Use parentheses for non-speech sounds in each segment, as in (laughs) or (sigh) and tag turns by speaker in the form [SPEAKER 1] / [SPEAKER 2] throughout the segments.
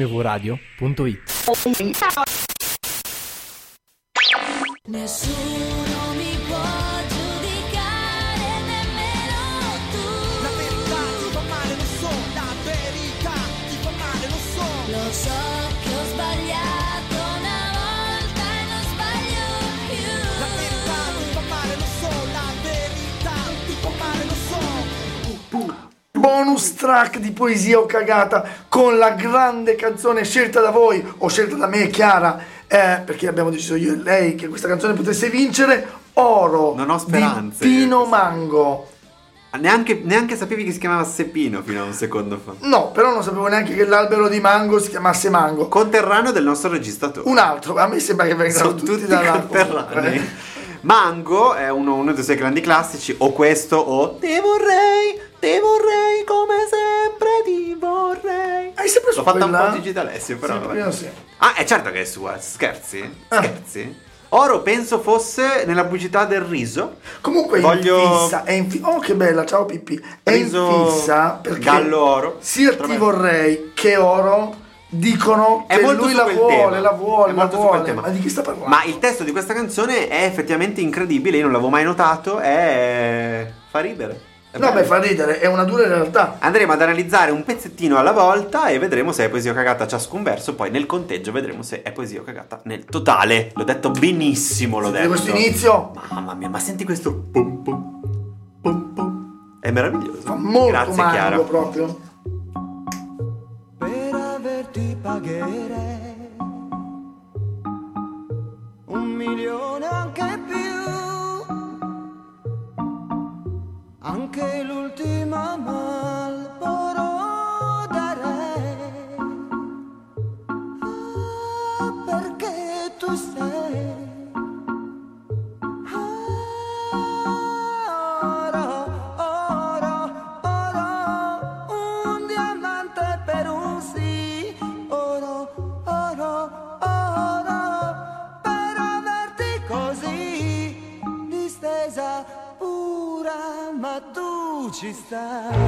[SPEAKER 1] mvradio.it
[SPEAKER 2] Nessuno mi può giudicare, nemmeno tu.
[SPEAKER 3] La verità ti fa male, lo so, la verità ti fa male, lo so.
[SPEAKER 2] Lo so che ho sbagliato una volta e non sbaglio
[SPEAKER 3] La verità
[SPEAKER 2] più.
[SPEAKER 3] ti fa male, lo so, la verità ti fa male, lo so.
[SPEAKER 4] Bonus track di poesia o cagata con la grande canzone scelta da voi o scelta da me, Chiara, eh, perché abbiamo deciso io e lei che questa canzone potesse vincere. Oro
[SPEAKER 5] Non ho speranze.
[SPEAKER 4] di Pino Mango.
[SPEAKER 5] Ah, Neanche, neanche sapevi che si chiamava Seppino fino a un secondo fa.
[SPEAKER 4] No, però non sapevo neanche che l'albero di mango si chiamasse mango.
[SPEAKER 5] Conterraneo del nostro registratore.
[SPEAKER 4] Un altro, a me sembra che vengano
[SPEAKER 5] Sono
[SPEAKER 4] tutti
[SPEAKER 5] tutti
[SPEAKER 4] dalla
[SPEAKER 5] conterranei. Mango è uno, uno dei suoi grandi classici, o questo o Ti vorrei, ti vorrei come sempre ti vorrei.
[SPEAKER 4] Hai sempre
[SPEAKER 5] L'ho fatta un
[SPEAKER 4] quella-
[SPEAKER 5] po' Gigi D'Alessio, però.
[SPEAKER 4] Sì,
[SPEAKER 5] vabbè.
[SPEAKER 4] prima sì.
[SPEAKER 5] Ah, è certo che è sua, scherzi?
[SPEAKER 4] Ah.
[SPEAKER 5] Scherzi? Oro penso fosse nella pubblicità del riso.
[SPEAKER 4] Comunque è in
[SPEAKER 5] Voglio-
[SPEAKER 4] fissa, è in fi- oh che bella, ciao Pippi, è in
[SPEAKER 5] Riso
[SPEAKER 4] fissa perché
[SPEAKER 5] gallo oro.
[SPEAKER 4] sia ti
[SPEAKER 5] Tremendo.
[SPEAKER 4] vorrei che oro dicono
[SPEAKER 5] È
[SPEAKER 4] che
[SPEAKER 5] molto
[SPEAKER 4] lui
[SPEAKER 5] su
[SPEAKER 4] la
[SPEAKER 5] quel
[SPEAKER 4] vuole,
[SPEAKER 5] tema.
[SPEAKER 4] la vuole,
[SPEAKER 5] È
[SPEAKER 4] la
[SPEAKER 5] molto su quel
[SPEAKER 4] vuole,
[SPEAKER 5] tema.
[SPEAKER 4] ma di chi sta parlando?
[SPEAKER 5] Ma il testo di questa canzone è effettivamente incredibile, io non l'avevo mai notato, è... fa ridere. È
[SPEAKER 4] No,
[SPEAKER 5] bello.
[SPEAKER 4] beh, fa ridere, è una dura realtà.
[SPEAKER 5] Andremo ad analizzare un pezzettino alla volta e vedremo se è poesia o cagata ciascun verso, poi nel conteggio vedremo se è poesia o cagata nel totale. L'ho detto benissimo, l'ho
[SPEAKER 4] Vedi
[SPEAKER 5] detto.
[SPEAKER 4] questo inizio
[SPEAKER 5] Mamma mia, ma senti questo pum pum pum pum. È meraviglioso.
[SPEAKER 4] fa molto
[SPEAKER 5] Grazie
[SPEAKER 4] mango
[SPEAKER 5] Chiara.
[SPEAKER 4] proprio.
[SPEAKER 3] Per averti pagherei un milione anche più. Anche l'ultima malboro darei. Ah, perché tu sei. Oro, oro, oro, un diamante per un sì. Oro, oro, oro, per averti così. Distesa pura, ma tu ci stai.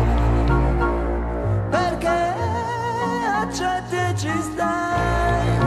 [SPEAKER 3] Perché accetti e ci stai?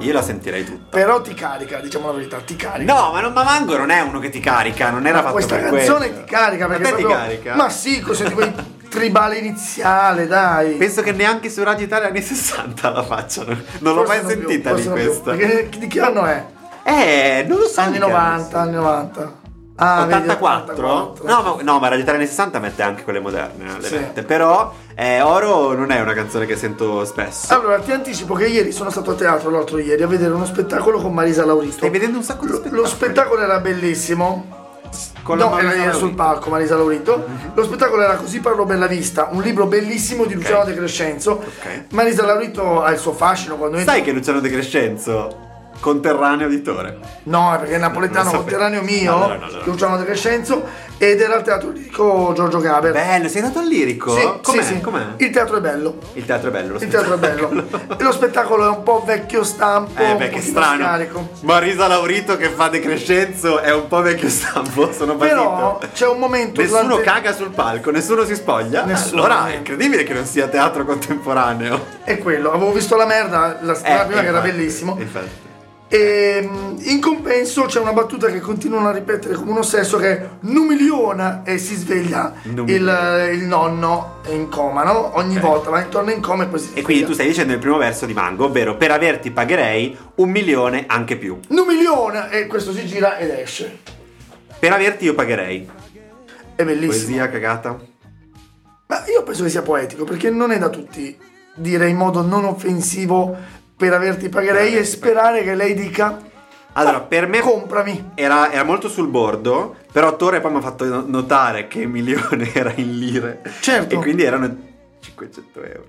[SPEAKER 5] Io la sentirei tutta.
[SPEAKER 4] Però ti carica, diciamo la verità, ti carica.
[SPEAKER 5] No, ma non Mamango non è uno che ti carica, non era
[SPEAKER 4] Ma
[SPEAKER 5] fatto
[SPEAKER 4] questa
[SPEAKER 5] per
[SPEAKER 4] canzone
[SPEAKER 5] quello.
[SPEAKER 4] ti carica
[SPEAKER 5] Ma
[SPEAKER 4] perché
[SPEAKER 5] te ti
[SPEAKER 4] proprio-
[SPEAKER 5] carica?
[SPEAKER 4] Ma sì, cos'è tipo il tribale iniziale, dai.
[SPEAKER 5] Penso che neanche su Radio Italia anni (laughs) 60 la facciano. Non l'ho
[SPEAKER 4] Forse
[SPEAKER 5] mai
[SPEAKER 4] non più,
[SPEAKER 5] sentita
[SPEAKER 4] forse
[SPEAKER 5] lì
[SPEAKER 4] non più.
[SPEAKER 5] questa.
[SPEAKER 4] Perché- di che anno è?
[SPEAKER 5] Eh, non lo so.
[SPEAKER 4] anni
[SPEAKER 5] di che anno
[SPEAKER 4] 90,
[SPEAKER 5] sia.
[SPEAKER 4] anni 90. Ah, vedi,
[SPEAKER 5] 84?
[SPEAKER 4] 84.
[SPEAKER 5] No, ma, no, ma Radio Italia anni 60 mette anche quelle moderne. le
[SPEAKER 4] Sì.
[SPEAKER 5] mette. Però eh, Oro non è una canzone che sento spesso.
[SPEAKER 4] Allora, ti anticipo che ieri sono stato a teatro l'altro ieri a vedere uno spettacolo con Marisa Laurito.
[SPEAKER 5] Stai vedendo un sacco di
[SPEAKER 4] Lo,
[SPEAKER 5] spettacoli.
[SPEAKER 4] lo spettacolo era bellissimo.
[SPEAKER 5] Con la
[SPEAKER 4] no,
[SPEAKER 5] Marisa
[SPEAKER 4] era- era
[SPEAKER 5] Laurito. Mhm.
[SPEAKER 4] sul palco Marisa Laurito. Lo spettacolo era Così parlo bella vista, un libro bellissimo di Luciano De Crescenzo.
[SPEAKER 5] Ok.
[SPEAKER 4] Marisa Laurito ha il suo fascino quando entra.
[SPEAKER 5] Sai che Luciano De Crescenzo, conterraneo editore.
[SPEAKER 4] No, è perché è napoletano
[SPEAKER 5] Non lo sapevo.
[SPEAKER 4] conterraneo mio,
[SPEAKER 5] No, no, no, no.
[SPEAKER 4] Luciano De Crescenzo, ed era al teatro lirico Giorgio Gaber.
[SPEAKER 5] Bello, sei andato al lirico?
[SPEAKER 4] Eh. Sì,
[SPEAKER 5] com'è?
[SPEAKER 4] sì, sì.
[SPEAKER 5] Com'è?
[SPEAKER 4] Il teatro è bello.
[SPEAKER 5] Il teatro è bello. lo
[SPEAKER 4] Il teatro è (laughs) bello.
[SPEAKER 5] spettacolo.
[SPEAKER 4] E lo spettacolo è un po' vecchio stampo.
[SPEAKER 5] Eh
[SPEAKER 4] un
[SPEAKER 5] beh, che
[SPEAKER 4] pochino
[SPEAKER 5] strano.
[SPEAKER 4] scarico.
[SPEAKER 5] Marisa Laurito che fa De Crescenzo è un po' vecchio stampo, sono
[SPEAKER 4] Però
[SPEAKER 5] basito.
[SPEAKER 4] c'è un momento
[SPEAKER 5] Nessuno
[SPEAKER 4] durante-
[SPEAKER 5] caga sul palco, nessuno si spoglia.
[SPEAKER 4] Nessuno.
[SPEAKER 5] Allora è incredibile che non sia teatro contemporaneo.
[SPEAKER 4] È quello, avevo visto la merda la strada
[SPEAKER 5] Eh,
[SPEAKER 4] prima che era
[SPEAKER 5] infatti,
[SPEAKER 4] bellissimo.
[SPEAKER 5] Infatti.
[SPEAKER 4] E mm, in compenso c'è una battuta che continuano a ripetere come un ossesso che è Numiliona e si sveglia
[SPEAKER 5] Numiliona.
[SPEAKER 4] il, il nonno in coma, no? Ogni
[SPEAKER 5] Ok.
[SPEAKER 4] volta va intorno in coma e poi si sveglia.
[SPEAKER 5] E quindi tu stai dicendo il primo verso di Mango, ovvero per averti pagherei un milione anche più.
[SPEAKER 4] Numiliona e questo si gira ed esce.
[SPEAKER 5] Per averti io pagherei.
[SPEAKER 4] È bellissimo.
[SPEAKER 5] Poesia cagata.
[SPEAKER 4] Ma io penso che sia poetico perché non è da tutti dire in modo non offensivo per averti pagherei e sperare che lei dica
[SPEAKER 5] Allora, per me
[SPEAKER 4] comprami.
[SPEAKER 5] era, era molto sul bordo, però Torre poi mi ha fatto no- notare che milione (laughs) era in lire.
[SPEAKER 4] Certo.
[SPEAKER 5] E quindi erano 500 euro.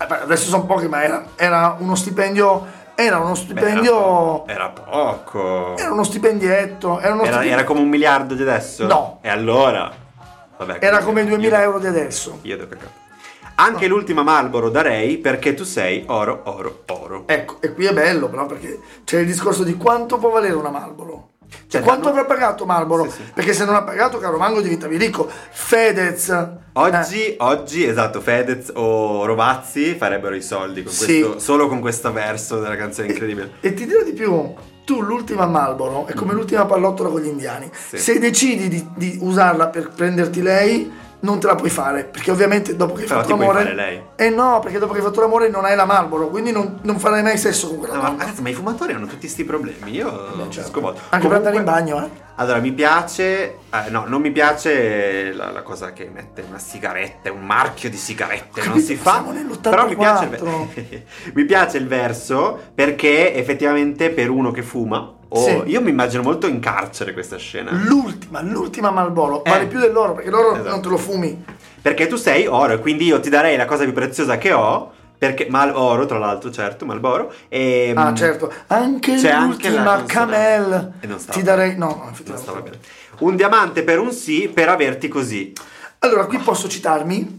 [SPEAKER 4] Eh, beh, Adesso sono pochi, ma era, era uno stipendio. Era uno
[SPEAKER 5] Beh, era
[SPEAKER 4] stipendio.
[SPEAKER 5] po- Era poco.
[SPEAKER 4] Era uno stipendietto. Era, uno
[SPEAKER 5] Era,
[SPEAKER 4] stipendio-
[SPEAKER 5] era come un miliardo di adesso?
[SPEAKER 4] No.
[SPEAKER 5] E allora? Vabbè,
[SPEAKER 4] era
[SPEAKER 5] comunque,
[SPEAKER 4] come
[SPEAKER 5] io-
[SPEAKER 4] 2000 euro di adesso.
[SPEAKER 5] Io devo cagare.
[SPEAKER 4] Oh.
[SPEAKER 5] Anche l'ultima Marlboro darei perché tu sei oro, oro, oro.
[SPEAKER 4] Ecco, e qui è bello però perché c'è il discorso di quanto può valere una Marlboro.
[SPEAKER 5] Cioè,
[SPEAKER 4] Quanto
[SPEAKER 5] danno-
[SPEAKER 4] avrà pagato Marlboro?
[SPEAKER 5] Sì, sì.
[SPEAKER 4] Perché se non ha pagato, caro Mango, diventavi ricco. Fedez. eh,
[SPEAKER 5] Oggi, oggi, esatto, Fedez o Rovazzi farebbero i soldi con
[SPEAKER 4] Sì.
[SPEAKER 5] questo- solo con questo verso
[SPEAKER 4] (laughs)
[SPEAKER 5] della canzone incredibile.
[SPEAKER 4] E ti dirò di più. Tu l'ultima Marlboro è come l'ultima pallottola con gli indiani.
[SPEAKER 5] Mhm. Sì.
[SPEAKER 4] Se decidi di, di usarla per prenderti lei, non te la puoi fare. Perché ovviamente dopo che hai
[SPEAKER 5] Però
[SPEAKER 4] fatto
[SPEAKER 5] ti puoi
[SPEAKER 4] l'amore...
[SPEAKER 5] fare lei.
[SPEAKER 4] Eh no, perché dopo che hai fatto l'amore non hai la Marlboro, quindi non, non farai mai sesso con quella
[SPEAKER 5] No, ma
[SPEAKER 4] donna.
[SPEAKER 5] ragazzi, ma i fumatori hanno tutti questi problemi. Io sono
[SPEAKER 4] Cioè,
[SPEAKER 5] sconvolto.
[SPEAKER 4] Anche per andare
[SPEAKER 5] Comunque-
[SPEAKER 4] in bagno, eh.
[SPEAKER 5] Allora, mi piace. eh, no, non mi piace la, la cosa che mette una sigaretta, un marchio di sigarette.
[SPEAKER 4] Ho
[SPEAKER 5] Non
[SPEAKER 4] capito,
[SPEAKER 5] si fa.
[SPEAKER 4] siamo nell'84.
[SPEAKER 5] Però mi piace, il ver- (laughs) mi piace il verso perché effettivamente per uno che fuma. O
[SPEAKER 4] Sì.
[SPEAKER 5] Io mi immagino molto in carcere questa scena.
[SPEAKER 4] L'ultima, l'ultima Marlboro
[SPEAKER 5] Eh.
[SPEAKER 4] vale più dell'oro perché l'oro
[SPEAKER 5] Esatto.
[SPEAKER 4] non te lo fumi.
[SPEAKER 5] Perché tu sei oro e quindi io ti darei la cosa più preziosa che ho. Perché mal oro, tra l'altro, certo, Malboro. ehm, E,
[SPEAKER 4] Ah, certo. Anche
[SPEAKER 5] C'è anche
[SPEAKER 4] l'ultima
[SPEAKER 5] la consonante.
[SPEAKER 4] Camel.
[SPEAKER 5] E non stava.
[SPEAKER 4] Ti darei no, no,
[SPEAKER 5] Non
[SPEAKER 4] effettivamente.
[SPEAKER 5] stava bene. Un diamante per un sì, per averti così.
[SPEAKER 4] Allora, qui posso citarmi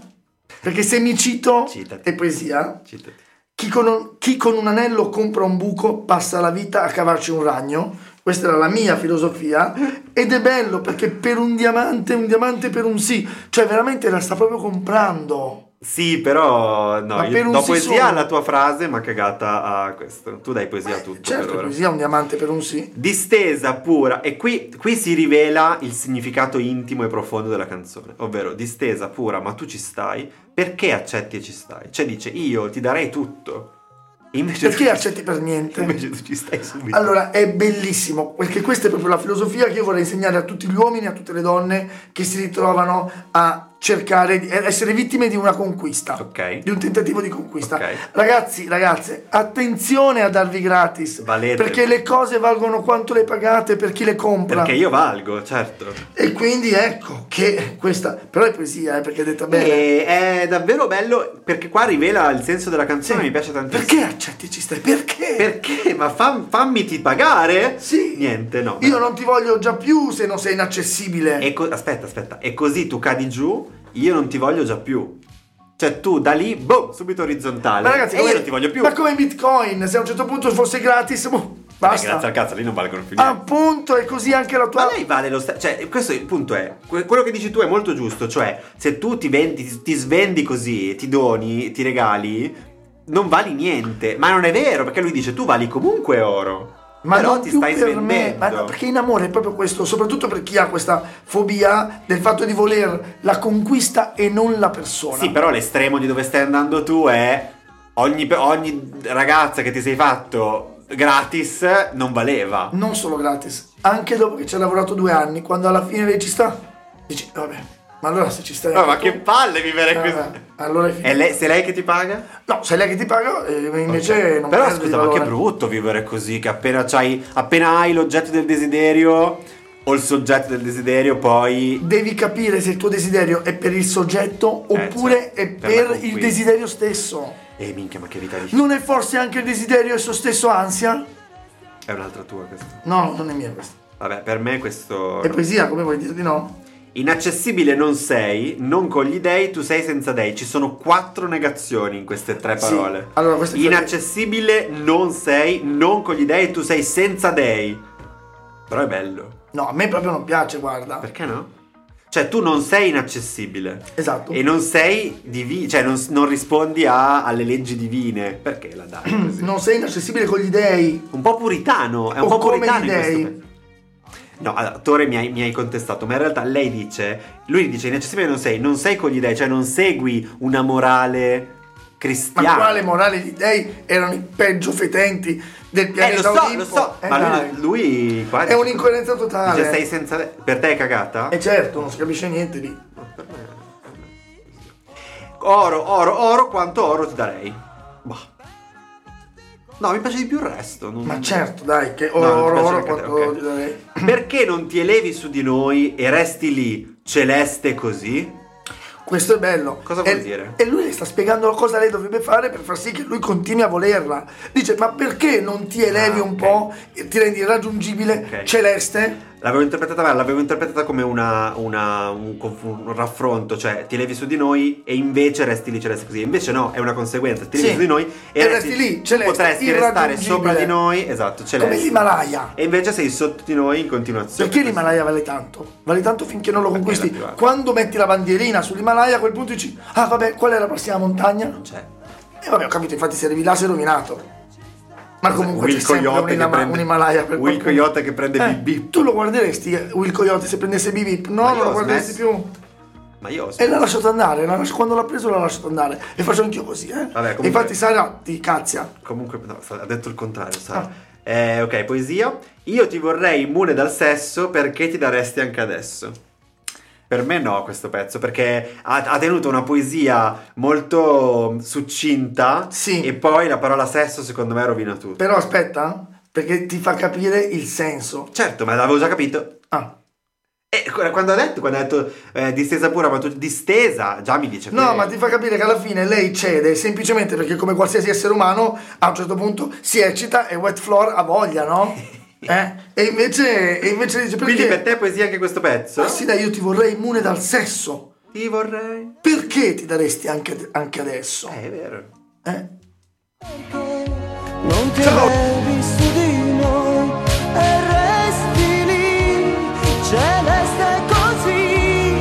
[SPEAKER 4] perché se mi cito
[SPEAKER 5] Citati.
[SPEAKER 4] è poesia.
[SPEAKER 5] Citati.
[SPEAKER 4] Chi con, chi con un anello compra un buco passa la vita a cavarci un ragno. Questa era la mia filosofia. Ed è bello perché per un diamante, un diamante per un sì. Cioè, veramente la sta proprio comprando.
[SPEAKER 5] Sì, però no,
[SPEAKER 4] Ma
[SPEAKER 5] io
[SPEAKER 4] per un
[SPEAKER 5] do
[SPEAKER 4] sì
[SPEAKER 5] poesia
[SPEAKER 4] solo.
[SPEAKER 5] alla tua frase, ma cagata a questo. Tu dai poesia a tutto
[SPEAKER 4] Certo,
[SPEAKER 5] per ora.
[SPEAKER 4] poesia, un diamante per un sì.
[SPEAKER 5] Distesa pura, e qui, qui si rivela il significato intimo e profondo della canzone, ovvero distesa pura, ma tu ci stai, perché accetti e ci stai? Cioè dice io ti darei tutto, e invece,
[SPEAKER 4] Perché
[SPEAKER 5] tu,
[SPEAKER 4] accetti
[SPEAKER 5] (laughs)
[SPEAKER 4] per niente?
[SPEAKER 5] invece tu ci stai subito.
[SPEAKER 4] Allora, è bellissimo, perché questa è proprio la filosofia che io vorrei insegnare a tutti gli uomini e a tutte le donne che si ritrovano a cercare di a essere vittime di una conquista,
[SPEAKER 5] Ok.
[SPEAKER 4] di un tentativo di conquista.
[SPEAKER 5] Ok.
[SPEAKER 4] Ragazzi, ragazze, attenzione a darvi gratis,
[SPEAKER 5] Valete.
[SPEAKER 4] perché le cose valgono quanto le pagate per chi le compra.
[SPEAKER 5] Perché io valgo, certo.
[SPEAKER 4] E quindi ecco che questa, però è poesia, eh, perché è detta bene.
[SPEAKER 5] E è davvero bello perché qua rivela il senso della canzone,
[SPEAKER 4] Sì.
[SPEAKER 5] mi piace tantissimo.
[SPEAKER 4] Perché accetti ci stai? Perché?
[SPEAKER 5] Perché? Ma fam- fammi ti pagare?
[SPEAKER 4] Sì.
[SPEAKER 5] Niente, no.
[SPEAKER 4] Io non ti voglio già più se non sei inaccessibile.
[SPEAKER 5] E co- aspetta, aspetta. E così tu cadi giù, io non ti voglio già più. Cioè tu da lì, boom, subito orizzontale.
[SPEAKER 4] Ma ragazzi,
[SPEAKER 5] e io
[SPEAKER 4] come-
[SPEAKER 5] non ti voglio più.
[SPEAKER 4] Ma come Bitcoin, se a un certo punto fosse gratis, boh,
[SPEAKER 5] Eh,
[SPEAKER 4] basta. Ah,
[SPEAKER 5] grazie al cazzo, lì non valgono più niente.
[SPEAKER 4] Appunto, è così anche la tua.
[SPEAKER 5] Ma lei vale lo stesso. Cioè, questo è il punto è. que- Quello che dici tu è molto giusto. Cioè, se tu ti vendi, ti- ti svendi così, ti doni, ti regali. Non vali niente, ma non è vero perché lui dice tu vali comunque oro.
[SPEAKER 4] Ma
[SPEAKER 5] però
[SPEAKER 4] non
[SPEAKER 5] ti
[SPEAKER 4] più
[SPEAKER 5] stai
[SPEAKER 4] per me,
[SPEAKER 5] svendendo.
[SPEAKER 4] ma no, perché in amore è proprio questo, soprattutto per chi ha questa fobia del fatto di voler la conquista e non la persona.
[SPEAKER 5] Sì, però l'estremo di dove stai andando tu è ogni, ogni ragazza che ti sei fatto gratis non valeva.
[SPEAKER 4] Non solo gratis, anche dopo che ci ha lavorato due anni, quando alla fine lei ci sta, dici, vabbè, ma allora se ci stai...
[SPEAKER 5] No,
[SPEAKER 4] anche
[SPEAKER 5] ma
[SPEAKER 4] tu,
[SPEAKER 5] che palle vivere
[SPEAKER 4] eh,
[SPEAKER 5] così.
[SPEAKER 4] allora è
[SPEAKER 5] E
[SPEAKER 4] finita.
[SPEAKER 5] lei, se lei che ti paga?
[SPEAKER 4] No, se è lei che ti paga, eh, invece
[SPEAKER 5] Ok.
[SPEAKER 4] non
[SPEAKER 5] Però
[SPEAKER 4] perdi
[SPEAKER 5] scusa, ma che
[SPEAKER 4] valore.
[SPEAKER 5] brutto vivere così, che appena, c'hai, appena hai l'oggetto del desiderio o il soggetto del desiderio poi...
[SPEAKER 4] devi capire se il tuo desiderio è per il soggetto
[SPEAKER 5] Eh,
[SPEAKER 4] oppure
[SPEAKER 5] certo,
[SPEAKER 4] è
[SPEAKER 5] per la
[SPEAKER 4] per, il
[SPEAKER 5] conquista.
[SPEAKER 4] desiderio stesso.
[SPEAKER 5] E Eh, minchia, ma che vita di...
[SPEAKER 4] Non è forse anche il desiderio e suo stesso ansia?
[SPEAKER 5] È un'altra tua questa.
[SPEAKER 4] No, non è mia questa.
[SPEAKER 5] Vabbè, per me questo...
[SPEAKER 4] È poesia, come vuoi dire di no?
[SPEAKER 5] Inaccessibile non sei, non con gli dei, tu sei senza dei. Ci sono quattro negazioni in queste tre
[SPEAKER 4] Sì.
[SPEAKER 5] parole.
[SPEAKER 4] Allora, questa è
[SPEAKER 5] Inaccessibile non sei, non con gli dei, tu sei senza dei. Però è bello.
[SPEAKER 4] No, a me proprio non piace, guarda.
[SPEAKER 5] Perché no? Cioè, tu non sei inaccessibile.
[SPEAKER 4] Esatto.
[SPEAKER 5] E non sei divino, cioè non, non rispondi a- alle leggi divine. Perché la dai
[SPEAKER 4] (clears throat)
[SPEAKER 5] così?
[SPEAKER 4] Non sei inaccessibile con gli dei.
[SPEAKER 5] Un po' puritano, è un
[SPEAKER 4] O
[SPEAKER 5] po'
[SPEAKER 4] come
[SPEAKER 5] puritano in
[SPEAKER 4] gli
[SPEAKER 5] questo
[SPEAKER 4] dei.
[SPEAKER 5] pezzo. No, allora, Tore mi hai, mi hai contestato, ma in realtà lei dice, lui dice inaccessibile non sei, non sei con gli dei, cioè non segui una morale
[SPEAKER 4] Ma
[SPEAKER 5] cristiana.
[SPEAKER 4] quale morale gli dei erano i peggio fetenti del
[SPEAKER 5] Eh, lo
[SPEAKER 4] pianeta
[SPEAKER 5] so,
[SPEAKER 4] Olimpo?
[SPEAKER 5] lo so,
[SPEAKER 4] Eh,
[SPEAKER 5] ma
[SPEAKER 4] dai.
[SPEAKER 5] lui, lui qua
[SPEAKER 4] È un'incoerenza totale.
[SPEAKER 5] Dice, sei senza... de- Per te è cagata?
[SPEAKER 4] E certo, non si capisce niente lì.
[SPEAKER 5] Oro, oro, oro, quanto oro ti darei? Boh. No, mi piace di più il resto. non-
[SPEAKER 4] Ma certo, dai, che
[SPEAKER 5] Mm. No, non
[SPEAKER 4] oro,
[SPEAKER 5] ti
[SPEAKER 4] oro, oro,
[SPEAKER 5] piace neanche a te,
[SPEAKER 4] quanto
[SPEAKER 5] ok.
[SPEAKER 4] gli dei.
[SPEAKER 5] Perché non ti elevi su di noi e resti lì, celeste così?
[SPEAKER 4] Questo è bello.
[SPEAKER 5] Cosa vuol
[SPEAKER 4] e,
[SPEAKER 5] dire?
[SPEAKER 4] E lui le sta spiegando cosa lei dovrebbe fare per far sì che lui continui a volerla. Dice, ma perché non ti elevi
[SPEAKER 5] Ah,
[SPEAKER 4] un
[SPEAKER 5] ok.
[SPEAKER 4] po' e ti rendi raggiungibile,
[SPEAKER 5] Ok.
[SPEAKER 4] celeste?
[SPEAKER 5] l'avevo interpretata, l'avevo interpretata come una- una- un, conf- un raffronto, cioè ti levi su di noi e invece resti lì, cioè resti così. Invece no, è una conseguenza, ti levi
[SPEAKER 4] Sì.
[SPEAKER 5] su di noi e,
[SPEAKER 4] E resti lì, celeste,
[SPEAKER 5] potresti restare
[SPEAKER 4] irraggiungibile.
[SPEAKER 5] sopra di noi, esatto,
[SPEAKER 4] Come
[SPEAKER 5] celeste.
[SPEAKER 4] l'Himalaya.
[SPEAKER 5] E invece sei sotto di noi in continuazione.
[SPEAKER 4] Perché l'Himalaya vale tanto? Vale tanto finché non lo
[SPEAKER 5] Perché è la
[SPEAKER 4] conquisti.
[SPEAKER 5] più alta.
[SPEAKER 4] Quando metti la bandierina sull'Himalaya, a quel punto dici: Ah, vabbè, qual è la prossima montagna?
[SPEAKER 5] Non c'è.
[SPEAKER 4] E vabbè, ho capito, infatti, se arrivi là sei rovinato. Ma comunque
[SPEAKER 5] Will
[SPEAKER 4] c'è sempre un,
[SPEAKER 5] Coyote che
[SPEAKER 4] Hima-
[SPEAKER 5] prende-
[SPEAKER 4] un Himalaya per
[SPEAKER 5] Will
[SPEAKER 4] qualcuno.
[SPEAKER 5] Coyote che prende
[SPEAKER 4] Eh,
[SPEAKER 5] Bip Bip.
[SPEAKER 4] Tu lo guarderesti eh, Will Coyote se prendesse Bip Bip? No,
[SPEAKER 5] Ma io
[SPEAKER 4] non lo
[SPEAKER 5] ho
[SPEAKER 4] guarderesti
[SPEAKER 5] smesso.
[SPEAKER 4] più.
[SPEAKER 5] Ma io ho
[SPEAKER 4] E l'ha lasciato andare, l'ha lasci- quando l'ha preso l'ha lasciato andare. E faccio anch'io così, eh.
[SPEAKER 5] Vabbè, comunque-
[SPEAKER 4] Infatti Sara ti cazia.
[SPEAKER 5] Comunque, no, sta- ha detto il contrario, Sara.
[SPEAKER 4] Ah.
[SPEAKER 5] Eh, ok, poesia. Io ti vorrei immune dal sesso perché ti daresti anche adesso. Per me no questo pezzo, perché ha, ha tenuto una poesia molto mm, succinta
[SPEAKER 4] Sì.
[SPEAKER 5] e poi la parola sesso secondo me rovina tutto.
[SPEAKER 4] Però aspetta, perché ti fa capire il senso.
[SPEAKER 5] Certo, ma l'avevo già capito.
[SPEAKER 4] Ah.
[SPEAKER 5] E qu- quando ha detto, quando ha detto eh, distesa pura, ma tu distesa, già mi dice
[SPEAKER 4] No,
[SPEAKER 5] che-
[SPEAKER 4] ma ti fa capire che alla fine lei cede semplicemente perché come qualsiasi essere umano a un certo punto si eccita e wet floor ha voglia,
[SPEAKER 5] (laughs)
[SPEAKER 4] no? Eh? E invece, e invece dice perché...
[SPEAKER 5] Quindi per te è poesia anche questo pezzo?
[SPEAKER 4] Ah, sì, dai, io ti vorrei immune dal sesso.
[SPEAKER 5] Ti vorrei.
[SPEAKER 4] Perché ti daresti anche, anche adesso?
[SPEAKER 5] Eh, è vero.
[SPEAKER 4] Eh?
[SPEAKER 3] Non ti
[SPEAKER 4] Ciao.
[SPEAKER 3] levi su di noi e resti lì, celeste così.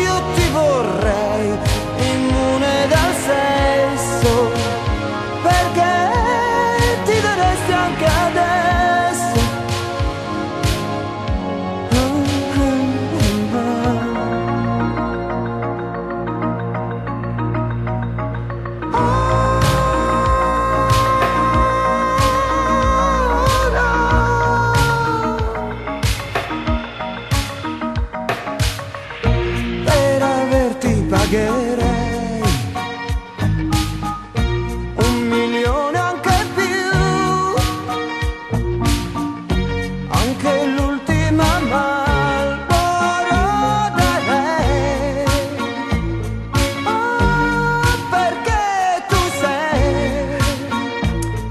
[SPEAKER 3] Io ti vorrei immune dal sesso, perché ti daresti anche adesso. per averti pagherei un milione anche più anche l'ultima malboro darei Ah, perché tu sei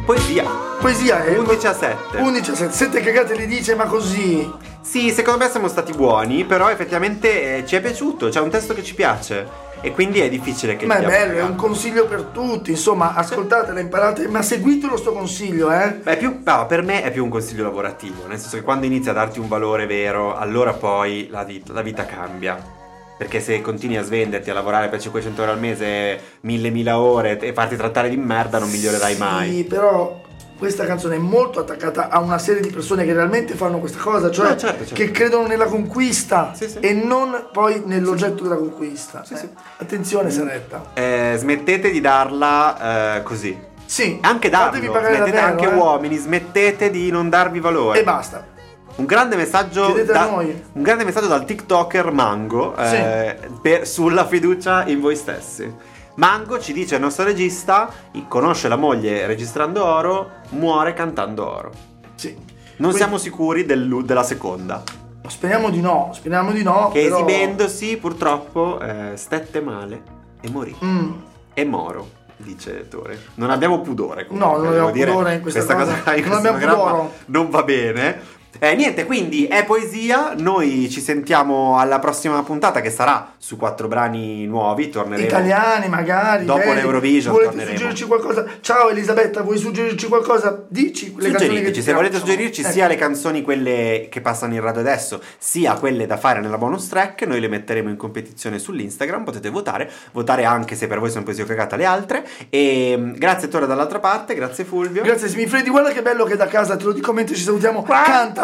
[SPEAKER 5] Poesia.
[SPEAKER 4] Poesia è...
[SPEAKER 5] 11 a 7.
[SPEAKER 4] 11 a 7, 7 cagate le dice ma così...
[SPEAKER 5] Sì, secondo me siamo stati buoni, però effettivamente eh, ci è piaciuto, c'è un testo che ci piace e quindi è difficile che...
[SPEAKER 4] Ma è
[SPEAKER 5] diamo
[SPEAKER 4] bello, è
[SPEAKER 5] cagate.
[SPEAKER 4] un consiglio per tutti, insomma, ascoltatela, imparate, ma seguitelo sto consiglio, eh.
[SPEAKER 5] Ma è più- no, per me è più un consiglio lavorativo, nel senso che quando inizia a darti un valore vero, allora poi la, vi- la vita cambia. Perché se continui a svenderti, a lavorare per 500 euro al mese, 1000-1000 ore e farti trattare di merda non migliorerai
[SPEAKER 4] sì,
[SPEAKER 5] mai.
[SPEAKER 4] però questa canzone è molto attaccata a una serie di persone che realmente fanno questa cosa, cioè
[SPEAKER 5] No, certo, certo.
[SPEAKER 4] che credono nella conquista
[SPEAKER 5] Sì, sì.
[SPEAKER 4] e non poi nell'oggetto della conquista. eh.
[SPEAKER 5] sì. Mm.
[SPEAKER 4] Attenzione, Saretta.
[SPEAKER 5] Eh, smettete di darla eh, così.
[SPEAKER 4] Sì,
[SPEAKER 5] Anche darlo,
[SPEAKER 4] fatevi pagare
[SPEAKER 5] smettete
[SPEAKER 4] davvero,
[SPEAKER 5] anche
[SPEAKER 4] eh.
[SPEAKER 5] uomini, smettete di non darvi valore.
[SPEAKER 4] E basta.
[SPEAKER 5] Un grande messaggio,
[SPEAKER 4] Chiedete a
[SPEAKER 5] da-
[SPEAKER 4] noi.
[SPEAKER 5] un grande messaggio dal TikToker Mango eh, per- sulla fiducia in voi stessi. Mango ci dice il nostro regista, i- conosce la moglie registrando oro, muore cantando oro.
[SPEAKER 4] Sì.
[SPEAKER 5] Non
[SPEAKER 4] Quindi-
[SPEAKER 5] siamo sicuri del- della seconda.
[SPEAKER 4] Speriamo di no, speriamo di no.
[SPEAKER 5] Che
[SPEAKER 4] però-
[SPEAKER 5] esibendosi purtroppo eh, stette male e morì.
[SPEAKER 4] Mm.
[SPEAKER 5] E moro, dice Tore. Non abbiamo pudore. Comunque.
[SPEAKER 4] No, non
[SPEAKER 5] devo
[SPEAKER 4] abbiamo
[SPEAKER 5] dire,
[SPEAKER 4] pudore in questa cosa.
[SPEAKER 5] in
[SPEAKER 4] Non
[SPEAKER 5] questo
[SPEAKER 4] abbiamo
[SPEAKER 5] programma
[SPEAKER 4] pudoro.
[SPEAKER 5] Non va bene. Eh, niente, quindi è poesia. Noi ci sentiamo alla prossima puntata che sarà su quattro brani nuovi. Torneremo.
[SPEAKER 4] italiani magari
[SPEAKER 5] Dopo
[SPEAKER 4] vedi.
[SPEAKER 5] l'Eurovision
[SPEAKER 4] volete
[SPEAKER 5] torneremo.
[SPEAKER 4] suggerirci qualcosa ciao Elisabetta vuoi suggerirci qualcosa dici le canzoni che
[SPEAKER 5] Suggeriteci,
[SPEAKER 4] ti
[SPEAKER 5] se volete
[SPEAKER 4] piacciono.
[SPEAKER 5] suggerirci
[SPEAKER 4] Ecco.
[SPEAKER 5] sia le canzoni quelle che passano in radio adesso, sia quelle da fare nella bonus track, noi le metteremo in competizione sull'Instagram, potete votare, votare anche se per voi sono poesia cagata le altre. E mm, grazie Tore dall'altra parte, grazie Fulvio.
[SPEAKER 4] Grazie Simifredi, guarda che bello che da casa, te lo dico mentre ci salutiamo.
[SPEAKER 5] Quanto